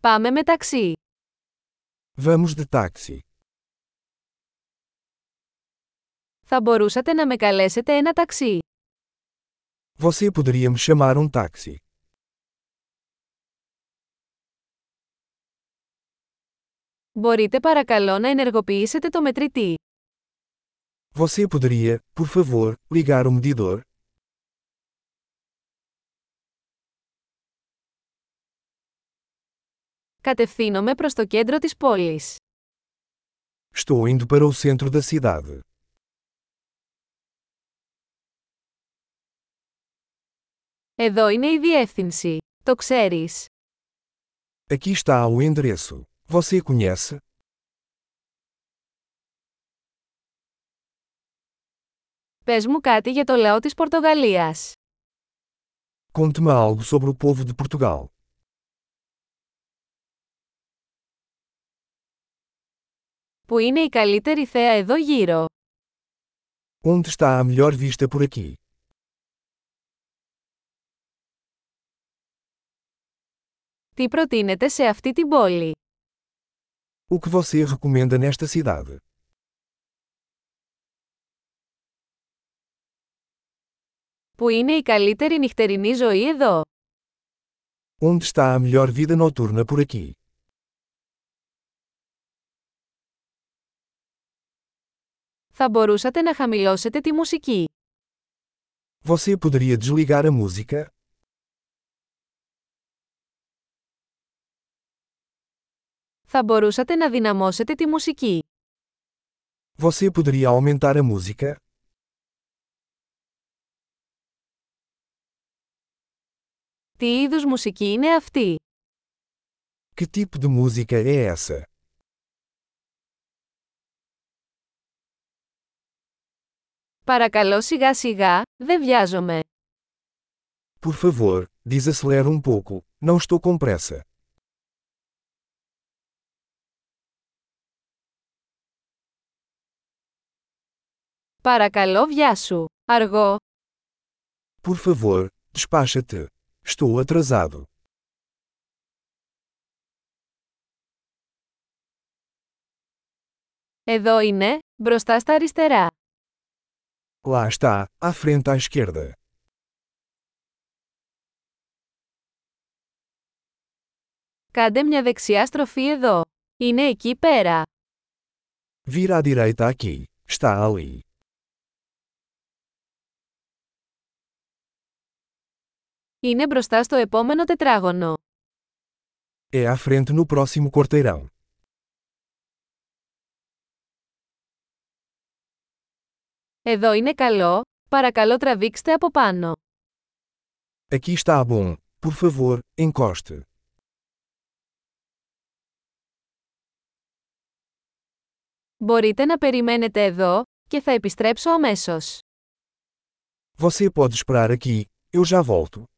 Πάμε με ταξί. Vamos de táxi. Θα μπορούσατε να με καλέσετε ένα ταξί. Você poderia me chamar um táxi? Μπορείτε παρακαλώ να ενεργοποιήσετε το μετρητή. Você poderia, por favor, ligar o medidor? Κατευθύνομαι προς το κέντρο της πόλης. Estou indo para o centro da cidade. Εδώ είναι η διεύθυνση. Το ξέρεις. Aqui está o endereço. Você conhece? Πες μου κάτι για το λαό της Πορτογαλίας. Conte-me algo sobre o povo de Portugal. Πού είναι η καλύτερη θέα εδώ γύρω. Onde está a melhor vista por aqui? Τι προτείνετε σε αυτή την πόλη. O que você recomenda nesta cidade? Πού είναι η καλύτερη νυχτερινή ζωή εδώ. Onde está a melhor vida noturna por aqui? Θα μπορούσατε να χαμηλώσετε τη μουσική. Você poderia desligar a música? Θα μπορούσατε να δυναμώσετε τη μουσική. Você poderia aumentar a música? Τι είδους μουσική είναι αυτή. Que tipo de música é essa? Παρακαλώ σιγά σιγά, δεν βιάζομαι. Por favor, desacelera um pouco, não estou com pressa. Παρακαλώ βιάσου. Αργό. Por favor, despacha-te. Estou atrasado. Εδώ είναι, μπροστά στα αριστερά. Lá está, à frente à esquerda. Κάντε μια δεξιά στροφή εδώ. Είναι εκεί πέρα. Vira à direita aqui. Está ali. Είναι μπροστά στο επόμενο τετράγωνο. É à frente no próximo quarteirão. Εδώ είναι καλό, παρακαλώ τραβήξτε από πάνω. Aqui está bom. Por favor, encoste. Μπορείτε να περιμένετε εδώ και θα επιστρέψω αμέσως. Você pode esperar aqui, eu já volto.